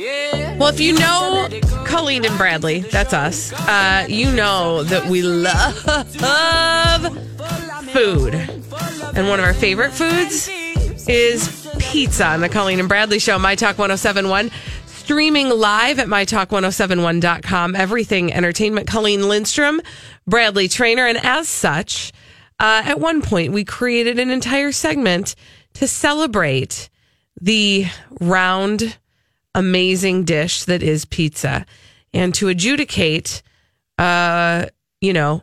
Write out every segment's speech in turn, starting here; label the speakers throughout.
Speaker 1: Well, if you know Colleen and Bradley, that's us, uh, you know that we love food. And one of our favorite foods is pizza on the Colleen and Bradley show, My Talk 1071. Streaming live at mytalk1071.com. Everything entertainment. Colleen Lindstrom, Bradley Trainer. And as such, uh, at one point, we created an entire segment to celebrate the round amazing dish that is pizza and to adjudicate uh you know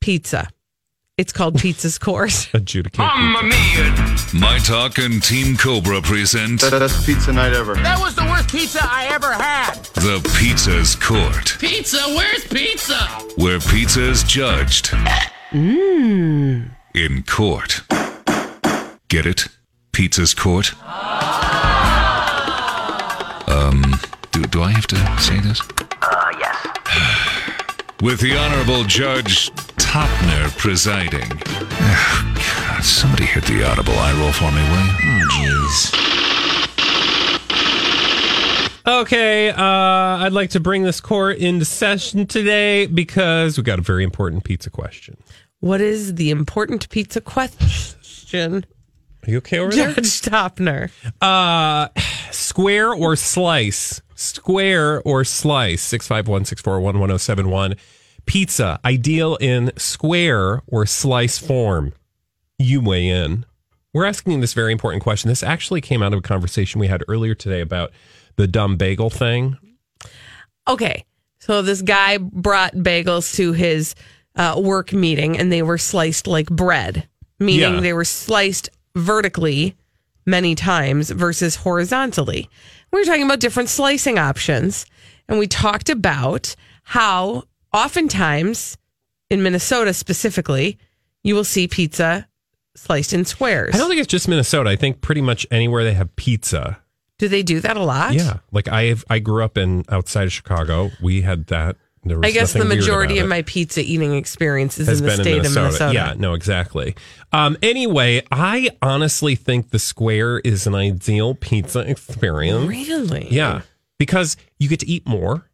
Speaker 1: pizza it's called pizza's course
Speaker 2: adjudicate.
Speaker 3: My Talk and Team Cobra present
Speaker 4: That- That's pizza night ever.
Speaker 5: That was the worst pizza I ever had.
Speaker 3: The Pizza's Court,
Speaker 5: Pizza, where's pizza?
Speaker 3: where pizza is judged in court. Get it? Pizza's Court? Um, do, do I have to say this? Uh, yes. With the Honorable Judge Topner presiding. Oh, God, somebody hit the audible eye roll for me, will you? Jeez.
Speaker 2: Okay, uh, I'd like to bring this court into session today because we got a very important pizza question.
Speaker 1: what is the important pizza question
Speaker 2: Are you okay over there?
Speaker 1: judge topner
Speaker 2: Uh, square or slice? Square or slice? Six five one six four one one zero seven one. Pizza ideal in square or slice form. You weigh in. We're asking this very important question. This actually came out of a conversation we had earlier today about the dumb bagel thing.
Speaker 1: okay so this guy brought bagels to his uh, work meeting and they were sliced like bread meaning
Speaker 2: Yeah.
Speaker 1: they were sliced vertically many times versus horizontally we were talking about different slicing options and we talked about how oftentimes in minnesota specifically you will see pizza sliced in squares
Speaker 2: I don't think it's just Minnesota. I think pretty much anywhere they have pizza.
Speaker 1: do they do that a lot
Speaker 2: Yeah, like I I grew up in outside of Chicago. We had that. There was
Speaker 1: i guess the
Speaker 2: nothing weird
Speaker 1: majority
Speaker 2: about
Speaker 1: of
Speaker 2: it.
Speaker 1: my pizza eating experience is
Speaker 2: has
Speaker 1: in the
Speaker 2: been
Speaker 1: state
Speaker 2: in Minnesota.
Speaker 1: of minnesota
Speaker 2: Yeah, no, exactly. Um, anyway, I honestly think the square is an ideal pizza experience.
Speaker 1: really
Speaker 2: Yeah, because you get to eat more.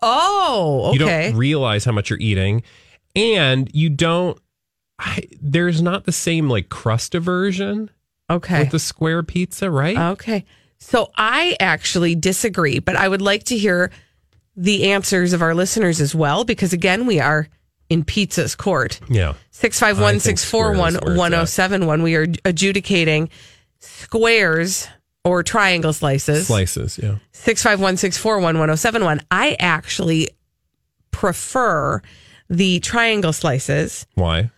Speaker 1: Oh,
Speaker 2: You
Speaker 1: okay.
Speaker 2: don't realize how much you're eating, and you don't. I, there's not the same like crust aversion
Speaker 1: okay. Um,
Speaker 2: with the square pizza, right?
Speaker 1: okay. So I actually disagree, but I would like to hear the answers of our listeners as well, because again, we are in pizza's court.
Speaker 2: yeah.
Speaker 1: Six five one six four one one zero seven one. We are adjudicating squares or triangle slices.
Speaker 2: Slices, yeah.
Speaker 1: Six five one six four one one zero seven one. I actually prefer the triangle slices.
Speaker 2: Why?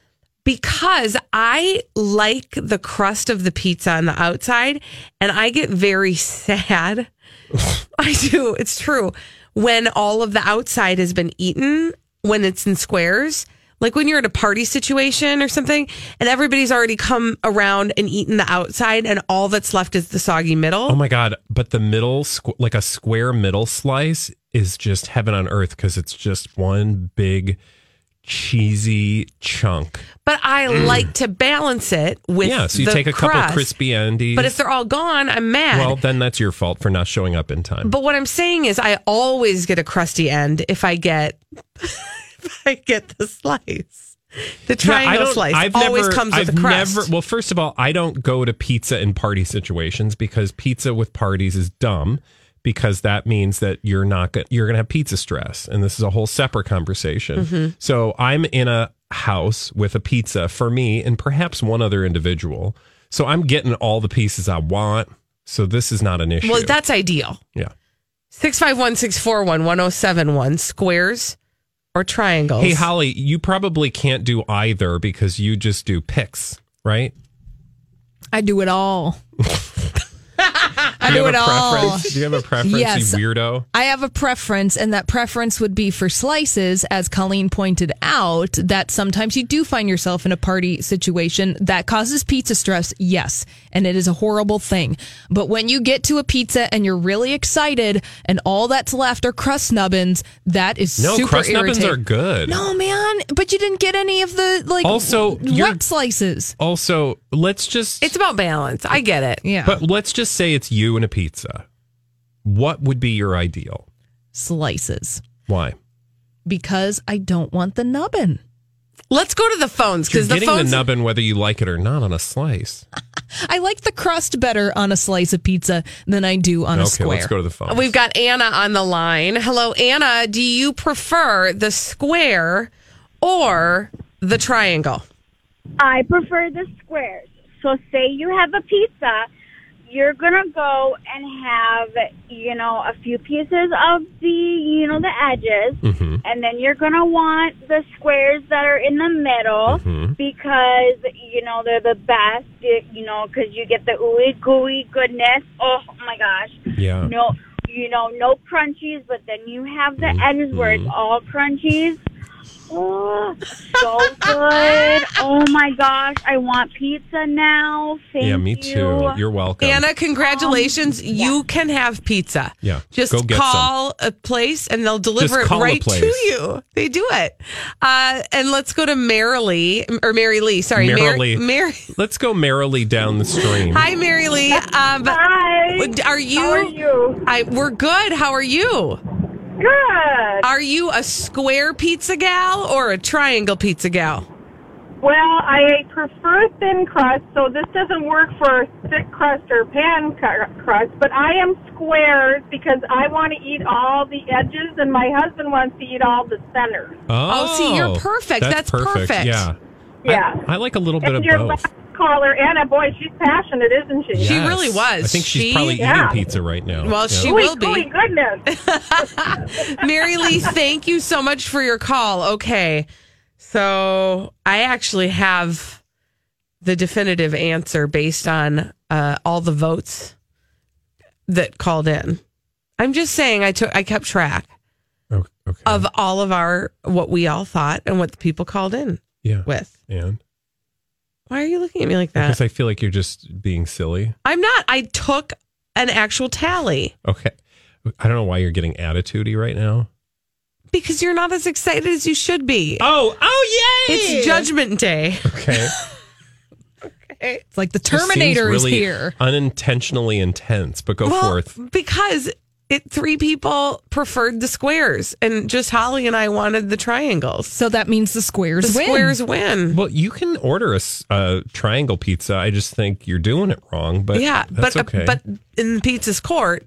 Speaker 1: because I like the crust of the pizza on the outside, and I get very sad. I do. It's true. When all of the outside has been eaten, when it's in squares, like when you're at a party situation or something, and everybody's already come around and eaten the outside, and all that's left is the soggy middle.
Speaker 2: Oh my god! But the middle, squ- like a square middle slice, is just heaven on earth because it's just one big cheesy chunk.
Speaker 1: but I like to balance it with
Speaker 2: Mm. yeah, so you
Speaker 1: the
Speaker 2: take a
Speaker 1: crust.
Speaker 2: couple crispy endies.
Speaker 1: But if they're all gone, I'm mad.
Speaker 2: well, then that's your fault for not showing up in time.
Speaker 1: But what I'm saying is, I always get a crusty end if I get if I get the slice. The
Speaker 2: Yeah, I
Speaker 1: triangle
Speaker 2: don't-
Speaker 1: slice always
Speaker 2: never-
Speaker 1: comes with
Speaker 2: I've
Speaker 1: a crust.
Speaker 2: Never, well, first of all, I don't go to pizza in party situations because pizza with parties is dumb. because that means that you're not go- you're going to have pizza stress and this is a whole separate conversation.
Speaker 1: Mm-hmm.
Speaker 2: So I'm in a house with a pizza for me and perhaps one other individual. So I'm getting all the pieces I want. So this is not an issue.
Speaker 1: Well, that's ideal.
Speaker 2: yeah.
Speaker 1: Six five one six four one one zero seven one squares or triangles.
Speaker 2: Hey Holly, you probably can't do either because you just do pics, right?
Speaker 4: I do it all. I
Speaker 2: Do you
Speaker 4: do
Speaker 2: have
Speaker 4: it
Speaker 2: a
Speaker 4: all.
Speaker 2: preference? Do you have a preference,
Speaker 4: Yes.
Speaker 2: you weirdo?
Speaker 4: I have a preference, and that preference would be for slices, as Colleen pointed out, that sometimes you do find yourself in a party situation that causes pizza stress, yes, and it is a horrible thing. But when you get to a pizza and you're really excited, and all that's left are crust nubbins, that is
Speaker 2: No,
Speaker 4: super
Speaker 2: crust nubbins
Speaker 4: irritating.
Speaker 2: are good.
Speaker 4: No, man, but you didn't get any of the like
Speaker 2: Also, you're-
Speaker 4: wet slices.
Speaker 2: Also, let's just
Speaker 1: It's about balance. I get it.
Speaker 4: Yeah,
Speaker 2: But let's just say it's you and a pizza. What would be your ideal?
Speaker 4: slices
Speaker 2: Why?
Speaker 4: because I don't want the nubbin.
Speaker 1: Let's go to the phones
Speaker 2: You're
Speaker 1: because the
Speaker 2: getting
Speaker 1: phones.
Speaker 2: the nubbin whether you like it or not on a slice.
Speaker 4: I like the crust better on a slice of pizza than I do on a
Speaker 2: okay,
Speaker 4: square.
Speaker 2: let's go to the phone.
Speaker 1: We've got Anna on the line. Hello, Anna. Do you prefer the square or the triangle?
Speaker 6: I prefer the squares. So say you have a pizza, you're gonna go and have, you know, a few pieces of the, you know, the edges, and then you're gonna want the squares that are in the middle because, you know, they're the best, y- you know, because you get the ooey gooey goodness. Oh my gosh.
Speaker 2: Yeah.
Speaker 6: No, you know, no crunchies, but then you have the edges where it's all crunchies. Oh, so good. Oh my gosh, I want pizza now. Thank
Speaker 2: yeah, me
Speaker 6: you.
Speaker 2: too. You're welcome.
Speaker 1: Anna,
Speaker 6: Um,
Speaker 1: congratulations. you can have pizza.
Speaker 2: Yeah,
Speaker 1: Just
Speaker 2: go get
Speaker 1: call a place and they'll deliver
Speaker 2: Just
Speaker 1: it
Speaker 2: call a
Speaker 1: right to
Speaker 2: place.
Speaker 1: you. They do it. Uh, and let's go to Mary Lee, or Mary Lee. Sorry,
Speaker 2: Merrily.
Speaker 1: Mary.
Speaker 2: Let's go merrily down the stream.
Speaker 1: Hi, Mary Lee. Um,
Speaker 6: Hi.
Speaker 1: are you?
Speaker 6: How are you?
Speaker 1: I, we're good. How are you?
Speaker 6: Good.
Speaker 1: Are you a square pizza gal or a triangle pizza gal?
Speaker 7: Well, I prefer thin crust, so this doesn't work for thick crust or pan cu- crust, but I am squares because I want to eat all the edges and my husband wants to eat all the centers.
Speaker 1: Oh, see, you're perfect. That's perfect.
Speaker 2: Yeah.
Speaker 7: Yeah.
Speaker 2: I like a little bit
Speaker 7: and
Speaker 2: of
Speaker 7: your
Speaker 2: both.
Speaker 7: last caller, Anna, boy, she's passionate, isn't she?
Speaker 1: She really was.
Speaker 2: I think she's
Speaker 1: She-
Speaker 2: probably
Speaker 7: Yeah.
Speaker 2: eating pizza right now.
Speaker 1: Well, she
Speaker 7: Ooh,
Speaker 1: will
Speaker 7: ooh,
Speaker 1: be.
Speaker 7: goodness.
Speaker 1: Mary Lee, thank you so much for your call. Okay. So I actually have the definitive answer based on uh, all the votes that called in. I'm just saying I took I kept track
Speaker 2: Oh, okay.
Speaker 1: of all of our what we all thought and what the people called in
Speaker 2: yeah.
Speaker 1: with.
Speaker 2: And
Speaker 1: Why are you looking at me like that?
Speaker 2: because I feel like you're just being silly.
Speaker 1: I'm not. I took an actual tally
Speaker 2: Okay. I don't know why you're getting attitudey right now.
Speaker 1: because you're not as excited as you should be.
Speaker 2: Oh, oh yay!
Speaker 1: It's Judgment Day.
Speaker 2: Okay.
Speaker 4: It's like the
Speaker 2: just seems
Speaker 4: Terminator is
Speaker 2: really
Speaker 4: here.
Speaker 2: Unintentionally intense, but go forth.
Speaker 1: because it three people preferred the squares, and just Holly and I wanted the triangles.
Speaker 4: So that means the
Speaker 1: The
Speaker 4: squares win.
Speaker 1: squares win.
Speaker 2: Well, you can order a s- a triangle pizza. I just think you're doing it wrong, but
Speaker 1: yeah,
Speaker 2: that's
Speaker 1: but uh,
Speaker 2: okay.
Speaker 1: but in the pizza's court,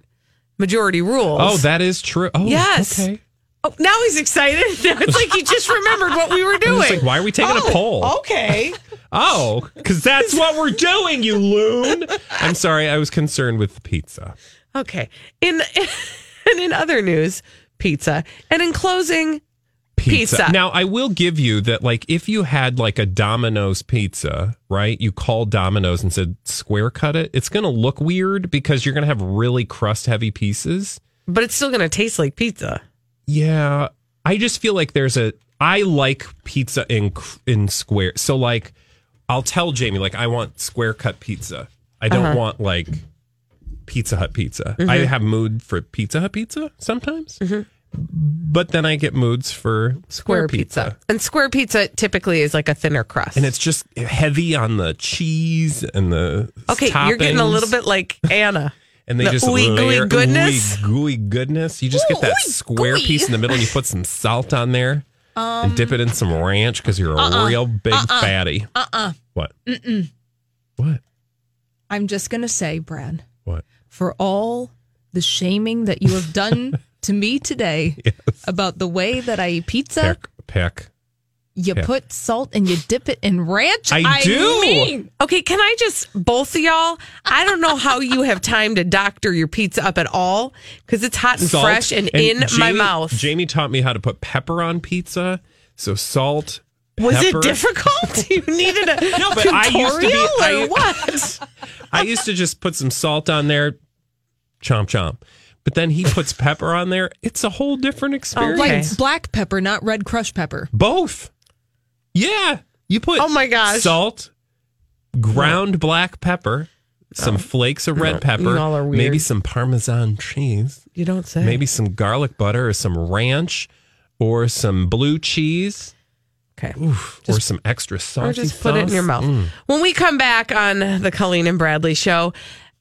Speaker 1: majority rules.
Speaker 2: oh, that is true. Oh,
Speaker 1: Yes.
Speaker 2: Okay.
Speaker 1: Oh, now he's excited. Now it's like he just remembered what we were
Speaker 2: I
Speaker 1: doing.
Speaker 2: was like, why are we taking
Speaker 1: Oh,
Speaker 2: a poll?
Speaker 1: Okay.
Speaker 2: Oh, because that's what we're doing, you loon. I'm sorry, I was concerned with the pizza.
Speaker 1: Okay. In and in other news, pizza. And in closing, Pizza.
Speaker 2: Now, I will give you that, like, if you had like a Domino's pizza, right? You called Domino's and said square cut it, it's going to look weird because you're going to have really crust heavy pieces.
Speaker 1: but it's still going to taste like pizza.
Speaker 2: Yeah, I just feel like there's a. I like pizza in in square. So like, I'll tell Jamie like I want square cut pizza. I don't want like Pizza Hut pizza. I have mood for Pizza Hut pizza sometimes, but then I get moods for Mm-hmm. square, pizza.
Speaker 1: And square pizza typically is like a thinner crust.
Speaker 2: and it's just heavy on the cheese and the
Speaker 1: okay, you're getting a
Speaker 2: toppings,
Speaker 1: little bit like Anna.
Speaker 2: and they
Speaker 1: the
Speaker 2: just
Speaker 1: ooey gooey
Speaker 2: layer-
Speaker 1: goodness.
Speaker 2: ooey gooey goodness. You just get that square piece in the middle. You put some salt on there and dip it in some ranch because you're a
Speaker 1: Uh-uh.
Speaker 2: real big fatty. Uh uh What? Mm-mm. What?
Speaker 4: I'm just going to say, Brad,
Speaker 2: What?
Speaker 4: for all the shaming that you have done to me today about the way that I eat pizza.
Speaker 2: Peck, peck.
Speaker 4: You put salt and you dip it in ranch.
Speaker 2: I do.
Speaker 4: mean,
Speaker 1: Okay, can I just both of y'all? I don't know how you have time to doctor your pizza up at all because it's hot and
Speaker 2: Salt.
Speaker 1: fresh and, in my
Speaker 2: Jamie-
Speaker 1: mouth.
Speaker 2: Jamie taught me how to put pepper on pizza. So salt.
Speaker 1: Was
Speaker 2: pepper.
Speaker 1: it difficult? You needed a no,
Speaker 2: but I used to be- I-
Speaker 1: or what?
Speaker 2: I used to just put some salt on there, chomp chomp. But then he puts pepper on there. It's a whole
Speaker 1: Oh,
Speaker 2: different experience.
Speaker 1: Okay.
Speaker 4: like black pepper, not red crushed pepper.
Speaker 2: Both. Yeah. You put
Speaker 1: Oh my gosh.
Speaker 2: salt, ground black pepper, some flakes of red pepper,
Speaker 1: y'all Oh. are weird. Eh.
Speaker 2: maybe some parmesan cheese,
Speaker 1: You don't say.
Speaker 2: maybe some garlic butter or some ranch or some blue cheese
Speaker 1: Okay.
Speaker 2: or some extra sauce. Mm.
Speaker 1: Or just put it in your mouth. When we come back on the Colleen and Bradley show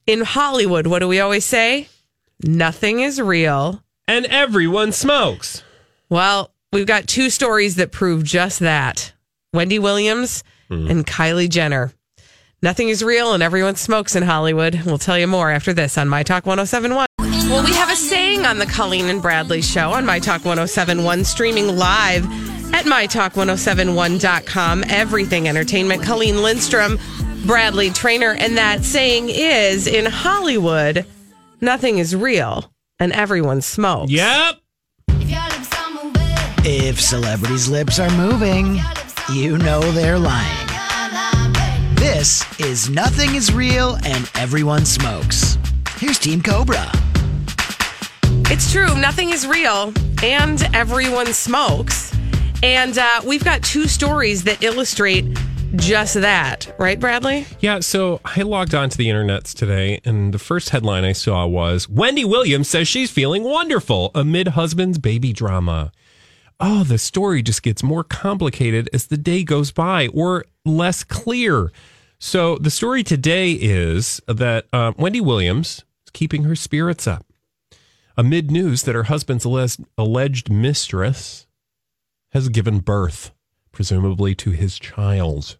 Speaker 1: in Hollywood, what do we always say? Nothing is real.
Speaker 2: And everyone smokes.
Speaker 1: Well, we've got two stories that prove just that Wendy Williams and Kylie Jenner. Nothing is real and everyone smokes in Hollywood. We'll tell you more after this on My Talk 1071. Well, we have a saying on the Colleen and Bradley show on My Talk 1071, streaming live at MyTalk1071.com. Everything Entertainment. Colleen Lindstrom, Bradley Trainer. And that saying is in Hollywood, nothing is real and everyone smokes.
Speaker 2: Yep.
Speaker 5: If celebrities' lips are moving, you know they're lying. This is Nothing is Real and Everyone Smokes. Here's Team Cobra.
Speaker 1: It's true. Nothing is real, and everyone smokes. And uh, we've got two stories that illustrate just that, right, Bradley?
Speaker 2: Yeah, so I logged onto the internets today, and the first headline I saw was Wendy Williams says she's feeling wonderful amid husband's baby drama. Oh, the story just gets more complicated as the day goes by or less clear. So the story today is that uh, Wendy Williams is keeping her spirits up amid news that her husband's alleged, alleged mistress has given birth, presumably to his child.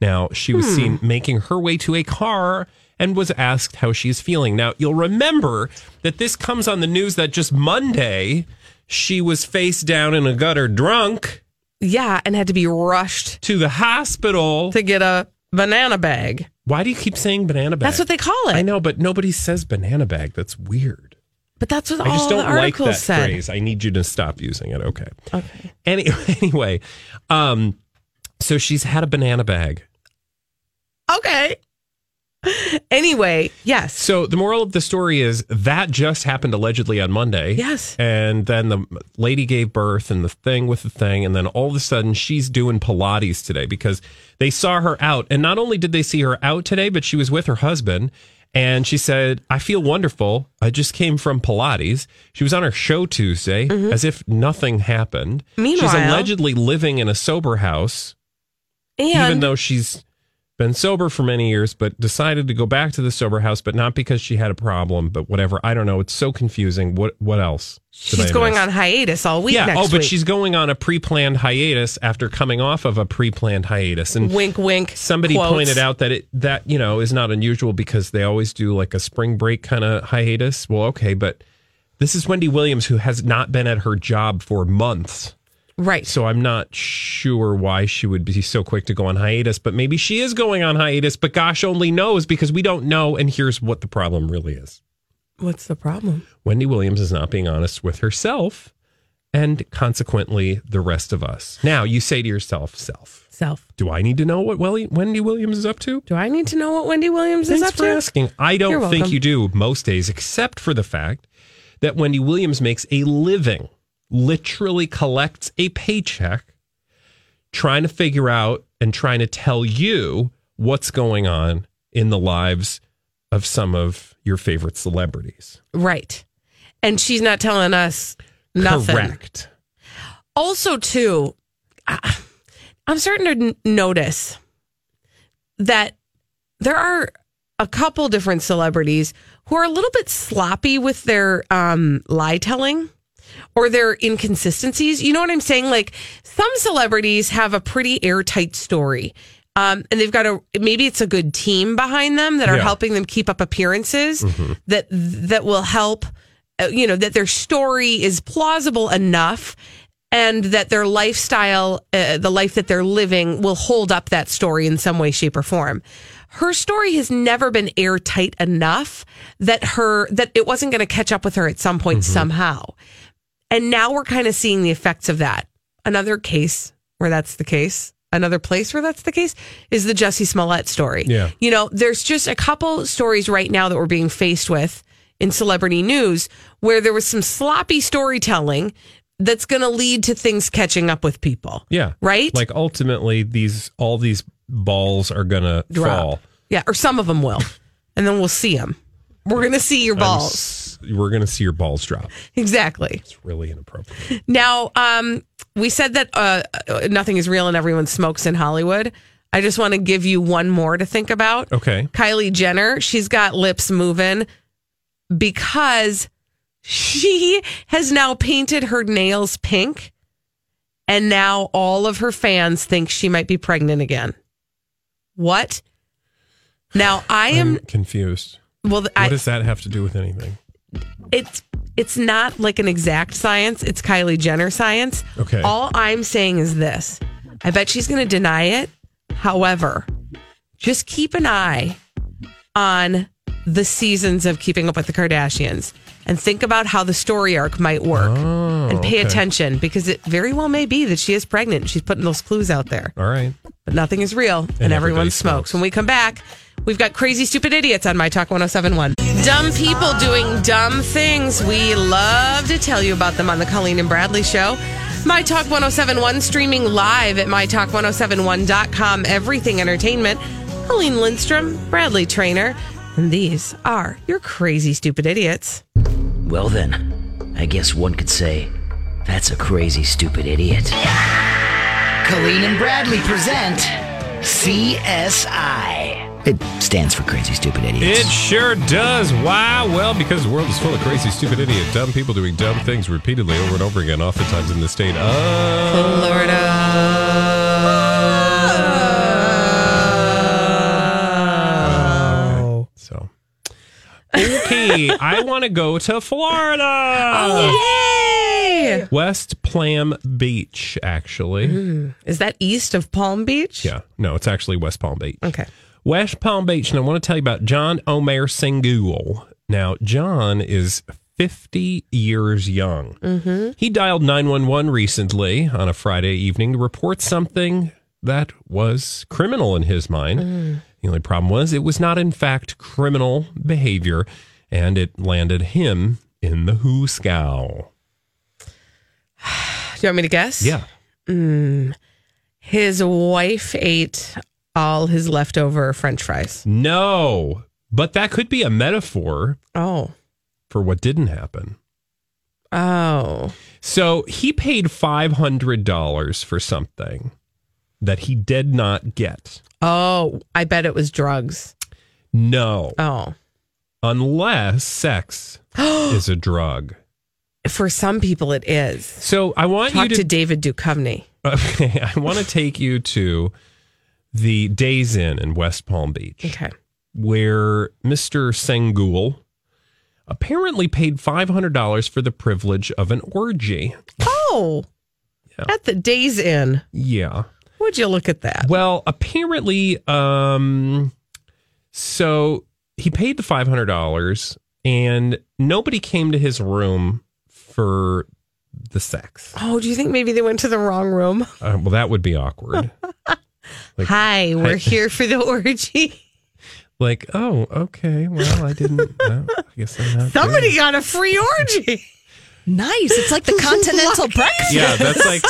Speaker 2: Now, she was
Speaker 1: Hmm.
Speaker 2: seen making her way to a car and was asked how she's feeling. Now, you'll remember that this comes on the news that just Monday she was face down in a gutter drunk
Speaker 1: Yeah, and had to be rushed
Speaker 2: to the hospital.
Speaker 1: to get a banana bag.
Speaker 2: Why do you keep saying banana bag?
Speaker 1: That's what they call it.
Speaker 2: I know, but nobody says banana bag. That's weird.
Speaker 1: But that's what
Speaker 2: I
Speaker 1: all
Speaker 2: just
Speaker 1: the
Speaker 2: don't like
Speaker 1: articles
Speaker 2: that
Speaker 1: said.
Speaker 2: phrase. I need you to stop using it. Okay. Okay. Any, anyway, um, so she's had a banana bag.
Speaker 1: Okay. anyway, yes.
Speaker 2: So the moral of the story is that just happened allegedly on Monday.
Speaker 1: Yes.
Speaker 2: And then the lady gave birth and the thing with the thing. And then all of a sudden she's doing Pilates today because they saw her out. And not only did they see her out today, but she was with her husband. And she said, I feel wonderful. I just came from Pilates. She was on her show Tuesday as if nothing happened. she's
Speaker 1: Mm-hmm. Meanwhile-
Speaker 2: allegedly living in a sober house even
Speaker 1: And
Speaker 2: though she's been sober for many years, but decided to go back to the sober house, but not because she had a problem, but whatever. I don't know. It's so confusing. What what else? did
Speaker 1: she's
Speaker 2: I
Speaker 1: going
Speaker 2: miss?
Speaker 1: on hiatus all week
Speaker 2: Yeah.
Speaker 1: next
Speaker 2: Oh, but
Speaker 1: week.
Speaker 2: she's going on a pre-planned hiatus after coming off of a pre-planned hiatus, and
Speaker 1: wink, wink.
Speaker 2: somebody
Speaker 1: quotes.
Speaker 2: pointed out that it that you know is not unusual because they always do like a spring break kind of hiatus. Well, okay, but this is Wendy Williams who has not been at her job for months.
Speaker 1: Right.
Speaker 2: So I'm not sure why she would be so quick to go on hiatus, but maybe she is going on hiatus, but gosh only knows because we don't know. And here's what the problem really is
Speaker 1: What's the problem?
Speaker 2: Wendy Williams is not being honest with herself and consequently the rest of us. Now you say to yourself, self,
Speaker 1: Self.
Speaker 2: do I need to know what Welly- Wendy Williams is up to?
Speaker 1: Do I need to know what Wendy Williams is
Speaker 2: Thanks
Speaker 1: up
Speaker 2: for
Speaker 1: to?
Speaker 2: asking. I don't
Speaker 1: You're
Speaker 2: think
Speaker 1: welcome.
Speaker 2: you do most days, except for the fact that Wendy Williams makes a living, literally collects a paycheck, trying to figure out and trying to tell you what's going on in the lives of some of your favorite celebrities.
Speaker 1: Right. And she's not telling us nothing.
Speaker 2: Correct.
Speaker 1: Also, too, I- I'm starting to n- notice that there are a couple different celebrities who are a little bit sloppy with their um, lie telling or their inconsistencies. You know what I'm saying? Like some celebrities have a pretty airtight story. Um, and they've got a maybe it's a good team behind them that are
Speaker 2: Yeah.
Speaker 1: helping them keep up appearances that that will help uh, you know that their story is plausible enough and that their lifestyle uh, the life that they're living will hold up that story in some way shape or form her story has never been airtight enough that her that it wasn't going to catch up with her at some point somehow and now we're kind of seeing the effects of that. Another case where that's the case, another place where that's the case is the Jesse Smollett story.
Speaker 2: Yeah.
Speaker 1: You know, there's just a couple stories right now that we're being faced with in celebrity news where there was some sloppy storytelling that's going to lead to things catching up with people.
Speaker 2: Yeah.
Speaker 1: Right?
Speaker 2: Like ultimately these all these balls are gonna
Speaker 1: Drop.
Speaker 2: fall.
Speaker 1: Yeah. Or some of them will. and then we'll see them. We're going to see your
Speaker 2: I'm
Speaker 1: balls.
Speaker 2: s- we're gonna see your balls drop.
Speaker 1: Exactly.
Speaker 2: It's really inappropriate.
Speaker 1: Now, um, we said that uh, uh, nothing is real and everyone smokes in Hollywood. I just want to give you one more to think about.
Speaker 2: Okay.
Speaker 1: Kylie Jenner, she's got lips moving because she has now painted her nails pink. And now all of her fans think she might be pregnant again. What? Now, I am,
Speaker 2: I'm confused.
Speaker 1: well,
Speaker 2: What
Speaker 1: I,
Speaker 2: does that have to do with anything?
Speaker 1: it's it's not like an exact science. It's Kylie Jenner science.
Speaker 2: Okay.
Speaker 1: All I'm saying is this: I bet she's going to deny it. However, just keep an eye on the seasons of Keeping Up with the Kardashians and think about how the story arc might work. and pay
Speaker 2: Oh, okay.
Speaker 1: attention because it very well may be that she is pregnant. She's putting those clues out there.
Speaker 2: All right.
Speaker 1: But nothing is real and,
Speaker 2: And
Speaker 1: everyone
Speaker 2: everybody
Speaker 1: smokes.
Speaker 2: smokes.
Speaker 1: When we come back, we've got crazy stupid idiots on My Talk 1071. Dumb people doing dumb things. We love to tell you about them on the Colleen and Bradley show. My Talk 1071 streaming live at mytalk1071.com. Everything entertainment. Colleen Lindstrom, Bradley Trainer, and these are your crazy stupid idiots.
Speaker 8: Well, then, I guess one could say that's a crazy, stupid idiot.
Speaker 5: Colleen and Bradley present CSI. It stands for Crazy Stupid Idiots.
Speaker 2: It sure does. Why? Well, because the world is full of crazy, stupid, idiot, dumb people doing dumb things repeatedly over and over again, oftentimes in the state of.
Speaker 1: Oh. Florida.
Speaker 2: So. Okay, I want to go to Florida.
Speaker 1: Oh. Yay!
Speaker 2: West Palm Beach, actually.
Speaker 1: Is that east of Palm Beach?
Speaker 2: Yeah. No, it's actually West Palm Beach.
Speaker 1: Okay.
Speaker 2: West Palm Beach, and I want to tell you about John Omer Singul. Now, John is 50 years young. Mm-hmm. He dialed 911 recently on a Friday evening to report something that was criminal in his mind. The only problem was it was not, in fact, criminal behavior, and it landed him in the hooscow.
Speaker 1: Do you want me to guess? His wife ate all his leftover french fries.
Speaker 2: No, but that could be a metaphor
Speaker 1: Oh.
Speaker 2: for what didn't happen.
Speaker 1: Oh.
Speaker 2: So he paid $500 for something that he did not get.
Speaker 1: Oh, I bet it was drugs.
Speaker 2: No,
Speaker 1: Oh.
Speaker 2: unless sex is a drug.
Speaker 1: For some people it is.
Speaker 2: So I want
Speaker 1: Talk
Speaker 2: you
Speaker 1: to,
Speaker 2: to,
Speaker 1: David Duchovny.
Speaker 2: okay, I want to take you to the Days Inn in West Palm Beach
Speaker 1: Okay.
Speaker 2: where Mr. Sengul apparently paid $500 for the privilege of an orgy.
Speaker 1: Oh.
Speaker 2: Yeah.
Speaker 1: At the Days Inn.
Speaker 2: Yeah.
Speaker 1: Would you look at that?
Speaker 2: Well, apparently, um, so he paid the five hundred dollars, and nobody came to his room for the sex.
Speaker 1: Oh, do you think maybe they went to the wrong room?
Speaker 2: Uh, well, that would be awkward. Like-
Speaker 1: Hi, we're
Speaker 2: Hi.
Speaker 1: here for the orgy.
Speaker 2: like, oh, okay, well, I didn't. well, I guess I'm not.
Speaker 1: Somebody got a free orgy.
Speaker 4: Nice. It's like the continental breakfast.
Speaker 2: good. Yeah, that's like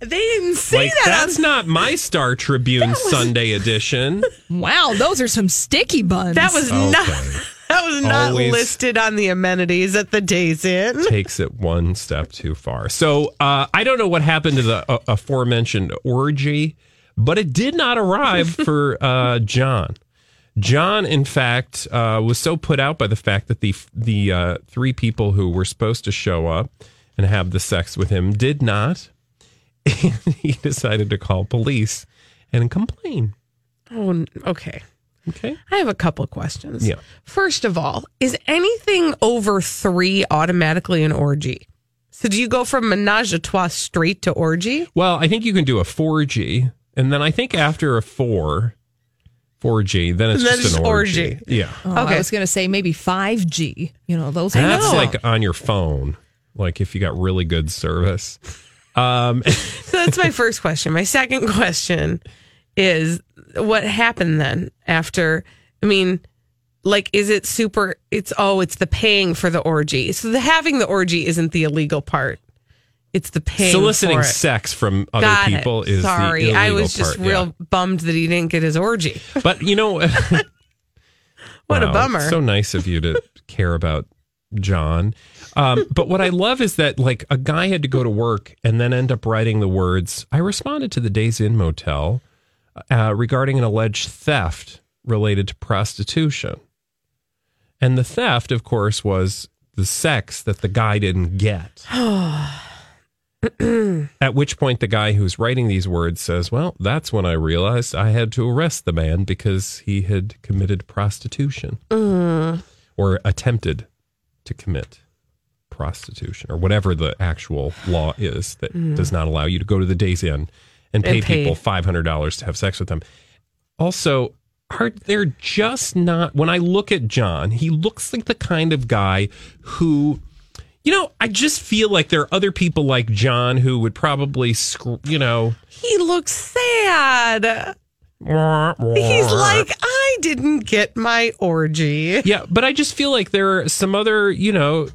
Speaker 1: They didn't see
Speaker 2: like
Speaker 1: that. on-
Speaker 2: that's not my Star Tribune Sunday edition.
Speaker 4: Wow, those are some sticky buns.
Speaker 1: that was not that was not
Speaker 2: Oh, Always-
Speaker 1: listed on the amenities at the Days Inn.
Speaker 2: takes it one step too far. So uh, I don't know what happened to the uh, aforementioned orgy, but it did not arrive for uh, John. John, in fact, uh, was so put out by the fact that the the uh, three people who were supposed to show up and have the sex with him did not. And he decided to call police and complain.
Speaker 1: Oh, n- okay.
Speaker 2: Okay.
Speaker 1: I have a couple of questions.
Speaker 2: Yeah.
Speaker 1: First of all, is anything over three automatically an orgy? So do you go from menage a trois straight to orgy?
Speaker 2: Well, I think you can do a 4G, and then I think after a four, 4G, then it's
Speaker 4: And then
Speaker 2: just
Speaker 4: it's
Speaker 2: an orgy.
Speaker 4: orgy.
Speaker 2: Yeah.
Speaker 4: Oh, I was going to say maybe 5G. You know, those are
Speaker 2: That's like on your phone, like if you got really good service. Um,
Speaker 1: So that's my first question. My second question is what happened then after? I mean, like, is it super? It's oh, it's the paying for the orgy. So the having the orgy isn't the illegal part. It's the paying.
Speaker 2: soliciting
Speaker 1: for it.
Speaker 2: sex from other
Speaker 1: Got it.
Speaker 2: people is
Speaker 1: sorry.
Speaker 2: The
Speaker 1: I
Speaker 2: illegal
Speaker 1: was just
Speaker 2: part,
Speaker 1: real
Speaker 2: yeah.
Speaker 1: bummed that he didn't get his orgy.
Speaker 2: But you know, what
Speaker 1: a bummer.
Speaker 2: So nice of you to care about John. Um, but what I love is that like a guy had to go to work and then end up writing the words. I responded to the Days Inn Motel uh, regarding an alleged theft related to prostitution, and the theft, of course, was the sex that the guy didn't get. At which point, the guy who's writing these words says, Well, that's when I realized I had to arrest the man because he had committed prostitution
Speaker 1: Mm.
Speaker 2: or attempted to commit prostitution or whatever the actual law is that
Speaker 9: Mm.
Speaker 2: does not allow you to go to the Days Inn and pay
Speaker 9: And pay.
Speaker 2: people $500 to have sex with them. Also, are they're just not when I look at John, he looks like the kind of guy who you know, I just feel like there are other people like John who would probably, scr- you know,
Speaker 1: He looks sad. He's like, I didn't get my orgy.
Speaker 2: Yeah, but I just feel like there are some other, you know,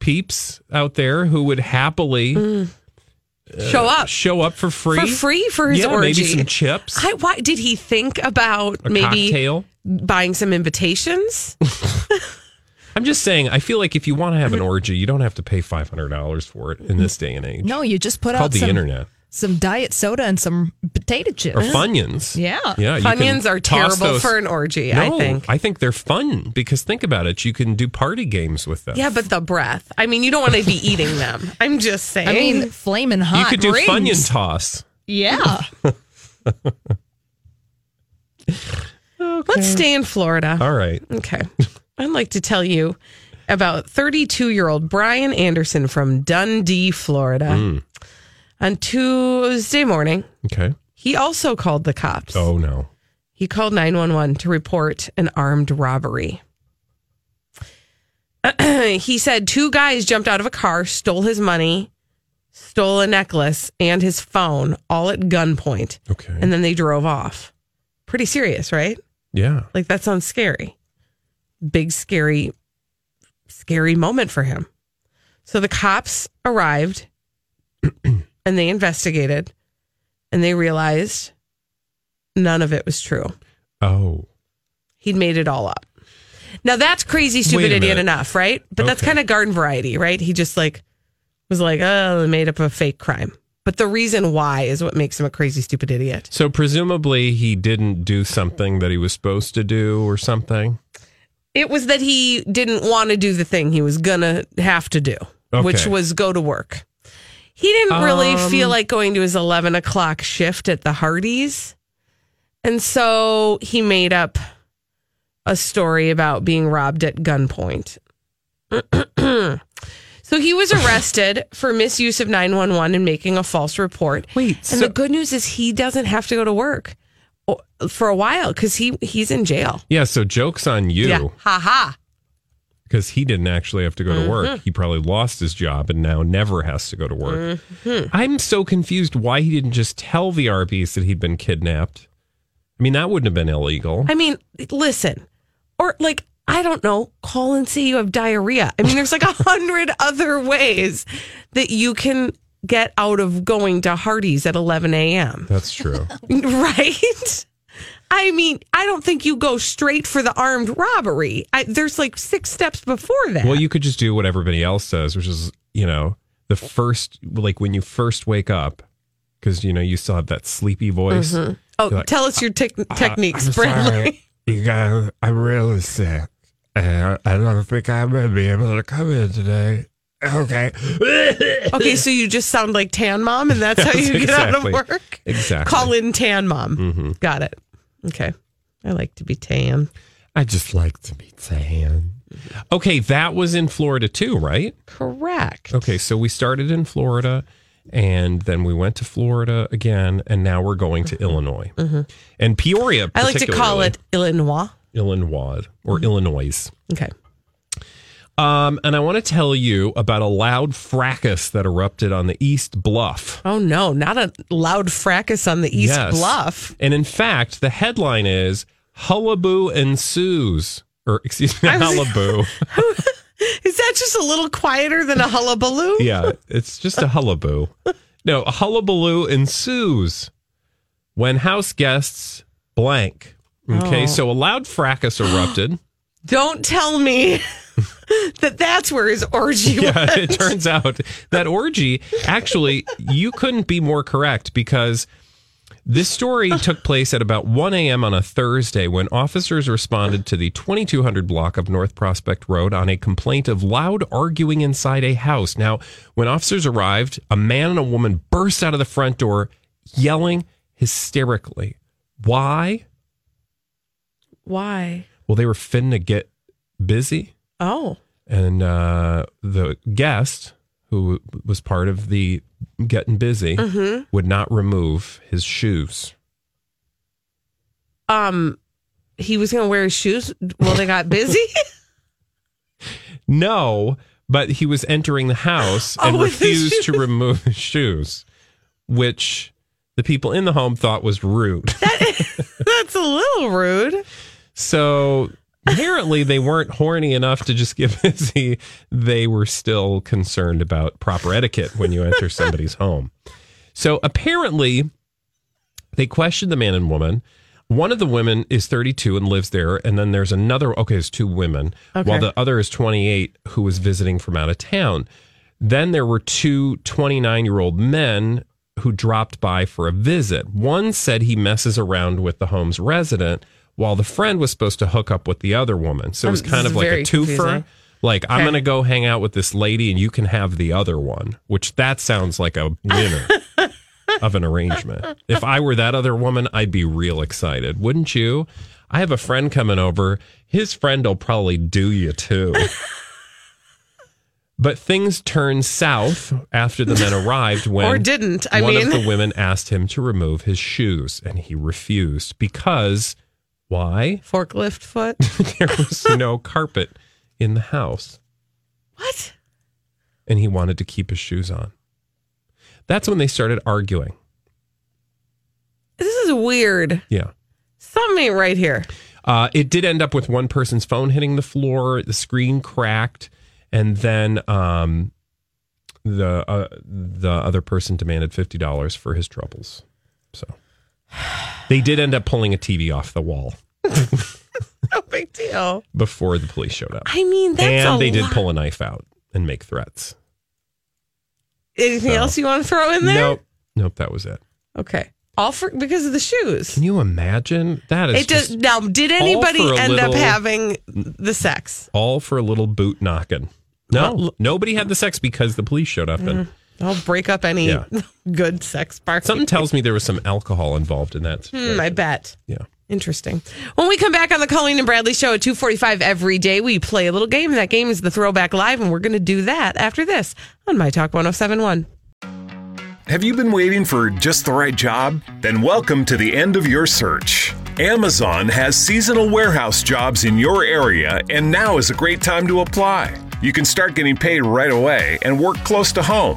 Speaker 2: peeps out there who would happily
Speaker 9: Mm-hmm.
Speaker 2: uh,
Speaker 1: Show up.
Speaker 2: show up for free,
Speaker 1: For free for his
Speaker 2: yeah,
Speaker 1: orgy.
Speaker 2: maybe some chips,
Speaker 1: I, why did he think about
Speaker 2: a
Speaker 1: maybe
Speaker 2: cocktail.
Speaker 1: buying some invitations?
Speaker 2: I'm just saying, I feel like if you want to have an orgy, you don't have to pay five hundred dollars for it in this day and age.
Speaker 4: No, you just put
Speaker 2: It's called
Speaker 4: out
Speaker 2: the
Speaker 4: some,
Speaker 2: internet.
Speaker 4: some diet soda and some potato chips.
Speaker 2: Or Funyuns.
Speaker 4: Yeah.
Speaker 2: Yeah. you can
Speaker 1: Funyuns are
Speaker 2: toss
Speaker 1: terrible
Speaker 2: those-
Speaker 1: for an orgy, I
Speaker 2: No,
Speaker 1: think.
Speaker 2: I think they're fun because think about it. You can do party games with them.
Speaker 1: Yeah, but the breath. I mean, you don't want to be eating them. I'm just saying.
Speaker 4: I mean, flaming hot.
Speaker 2: you could do
Speaker 4: rings.
Speaker 2: Funyun toss.
Speaker 4: Yeah.
Speaker 1: let's stay in Florida.
Speaker 2: All right.
Speaker 1: Okay. I'd like to tell you about 32 year old Brian Anderson from Dundee, Florida.
Speaker 2: Mm.
Speaker 1: On Tuesday morning,
Speaker 2: Okay.
Speaker 1: he also called the cops.
Speaker 2: Oh, no.
Speaker 1: He called 911 to report an armed robbery. he said two guys jumped out of a car, stole his money, stole a necklace and his phone, all at gunpoint.
Speaker 2: Okay.
Speaker 1: And then they drove off. Pretty serious, right?
Speaker 2: Yeah.
Speaker 1: Like that sounds scary. Big scary scary moment for him. So the cops arrived and they investigated and they realized none of it was true.
Speaker 2: Oh.
Speaker 1: He'd made it all up. Now that's crazy
Speaker 2: Wait a
Speaker 1: stupidity and
Speaker 2: minute.
Speaker 1: enough, right? But that's
Speaker 2: Okay.
Speaker 1: kind of garden variety, right? He just like was like, "Oh, they made up a fake crime." But the reason why is what makes him a crazy stupid idiot.
Speaker 2: So presumably he didn't do something that he was supposed to do or something.
Speaker 1: It was that he didn't want to do the thing he was going to have to do,
Speaker 2: Okay.
Speaker 1: which was go to work. He didn't really
Speaker 2: Um,
Speaker 1: feel like going to his 11 o'clock shift at the Hardee's. And so he made up a story about being robbed at gunpoint. so he was arrested for misuse of 911 and making a false report.
Speaker 2: Wait,
Speaker 1: and
Speaker 2: so-
Speaker 1: the good news is he doesn't have to go to work o- for a while because he, he's in jail.
Speaker 2: Yeah. So joke's on you
Speaker 1: Ha ha.
Speaker 2: because he didn't actually have to go to work.
Speaker 1: Mhm.
Speaker 2: He probably lost his job and now never has to go to work.
Speaker 1: Mhm.
Speaker 2: I'm so confused why he didn't just tell the RBs that he'd been kidnapped. I mean, that wouldn't have been illegal.
Speaker 1: I mean, listen, or like, I don't know, call and say you have diarrhea. I mean, there's like a hundred other ways that you can get out of going to Hardee's at 11 a.m.,
Speaker 2: That's true.
Speaker 1: right? I mean, I don't think you go straight for the armed robbery. I, there's like six steps before that.
Speaker 2: Well, you could just do what everybody else does, which is, you know, the first, like when you first wake up, because, you know, you still have that sleepy voice.
Speaker 1: Mhm. Oh,
Speaker 2: You're like,
Speaker 1: tell us your tec-
Speaker 10: Uh,
Speaker 1: techniques,
Speaker 10: I'm
Speaker 1: Bradley.
Speaker 10: sorry. You guys, I'm really sick. And I don't think I'm going to be able to come in today.
Speaker 2: Okay.
Speaker 1: okay, so you just sound like Tan Mom, and that's how you get
Speaker 2: Exactly.
Speaker 1: out of work.
Speaker 2: Exactly.
Speaker 1: Call in Tan Mom.
Speaker 2: Mhm.
Speaker 1: Got it. Okay. I like to be tan.
Speaker 2: I just like to be tan. Okay, that was in Florida too, right?
Speaker 1: Correct.
Speaker 2: Okay, so we started in Florida and then we went to Florida again and now we're going to Illinois.
Speaker 1: Mhm.
Speaker 2: And Peoria
Speaker 1: I like to call it Mm-hmm. Illinois.
Speaker 2: Illinois or Illinois.
Speaker 1: Okay.
Speaker 2: Um, and I want to tell you about a loud fracas that erupted on the East Bluff.
Speaker 1: Oh no, not a loud fracas on the East
Speaker 2: Yes.
Speaker 1: Bluff.
Speaker 2: And in fact, the headline is Hullaboo ensues. Or excuse me,
Speaker 1: I was-
Speaker 2: Hullaboo.
Speaker 1: Is that just a little quieter than a hullabaloo?
Speaker 2: yeah, it's just a hullaboo. No, a hullabaloo ensues when house guests blank. Okay,
Speaker 1: Oh.
Speaker 2: so a loud fracas erupted.
Speaker 1: Don't tell me that that's where his orgy
Speaker 2: yeah,
Speaker 1: was.
Speaker 2: it turns out that orgy actually, you couldn't be more correct because this story took place at about 1 a.m. on a Thursday when officers responded to the 2200 block of North Prospect Road on a complaint of loud arguing inside a house. Now, when officers arrived, a man and a woman burst out of the front door yelling hysterically. Why?
Speaker 1: Why?
Speaker 2: Well, they were finna get busy.
Speaker 1: Oh.
Speaker 2: and uh, the guest who was part of the getting busy
Speaker 1: Mhm.
Speaker 2: would not remove his shoes.
Speaker 1: Um he was gonna wear his shoes Well, they got busy.
Speaker 2: No, but he was entering the house
Speaker 1: Oh,
Speaker 2: and
Speaker 1: with his
Speaker 2: refused to remove his shoes, which the people in the home thought was rude.
Speaker 1: that's a little rude.
Speaker 2: So apparently they weren't horny enough to just get busy. They were still concerned about proper etiquette when you enter somebody's home. So apparently they questioned the man and woman. One of the women is 32 and lives there. And then there's another, okay, there's two women,
Speaker 10: Okay.
Speaker 2: while the other is 28 who was visiting from out of town. Then there were two 29 year old men who dropped by for a visit. One said he messes around with the home's resident, while the friend was supposed to hook up with the other woman. So it was
Speaker 10: Um,
Speaker 2: kind
Speaker 10: this is
Speaker 2: of like a
Speaker 10: very
Speaker 2: twofer.
Speaker 10: confusing.
Speaker 2: Like, I'm
Speaker 10: Okay.
Speaker 2: going to go hang out with this lady and you can have the other one, which that sounds like a winner of an arrangement. If I were that other woman, I'd be real excited, wouldn't you? I have a friend coming over. His friend will probably do you too. but things turned south after the men arrived when
Speaker 1: Or didn't, I
Speaker 2: one of
Speaker 1: mean.
Speaker 2: the women asked him to remove his shoes and he refused because why?
Speaker 1: Forklift foot.
Speaker 2: there was no carpet in the house
Speaker 1: What?
Speaker 2: and he wanted to keep his shoes on. That's when they started arguing.
Speaker 1: This is weird.
Speaker 2: Yeah.
Speaker 1: Something ain't right here.
Speaker 2: Uh, it did end up with one person's phone hitting the floor, the screen cracked, and then um, the uh, the other person demanded fifty dollars for his troubles. So they did end up pulling a TV off the wall
Speaker 1: No big deal.
Speaker 2: before the police showed up.
Speaker 1: I mean, that's
Speaker 2: and
Speaker 1: a
Speaker 2: they did
Speaker 1: lot.
Speaker 2: pull a knife out and make threats.
Speaker 1: Anything
Speaker 2: So-
Speaker 1: else you want to throw in there?
Speaker 2: Nope, nope, that was it.
Speaker 1: Okay. All for because of the shoes.
Speaker 2: Can you imagine? That is
Speaker 1: It does
Speaker 2: just
Speaker 1: now. Did
Speaker 2: all
Speaker 1: anybody
Speaker 2: for a
Speaker 1: end up
Speaker 2: little-
Speaker 1: having the sex?
Speaker 2: all for a little boot knocking. No, nobody had the sex because the police showed up
Speaker 1: Mm-hmm.
Speaker 2: and.
Speaker 1: I'll break up any
Speaker 2: Yeah.
Speaker 1: good sex party.
Speaker 2: Something tells me there was some alcohol involved in that.
Speaker 1: Hmm, I bet.
Speaker 2: Yeah.
Speaker 1: Interesting. When we come back on the Colleen and Bradley show at 2:45 every day, we play a little game. That game is the Throwback Live and we're going to do that after this on My Talk 1071.
Speaker 3: Have you been waiting for just the right job? Then welcome to the end of your search. Amazon has seasonal warehouse jobs in your area, and now is a great time to apply. You can start getting paid right away and work close to home.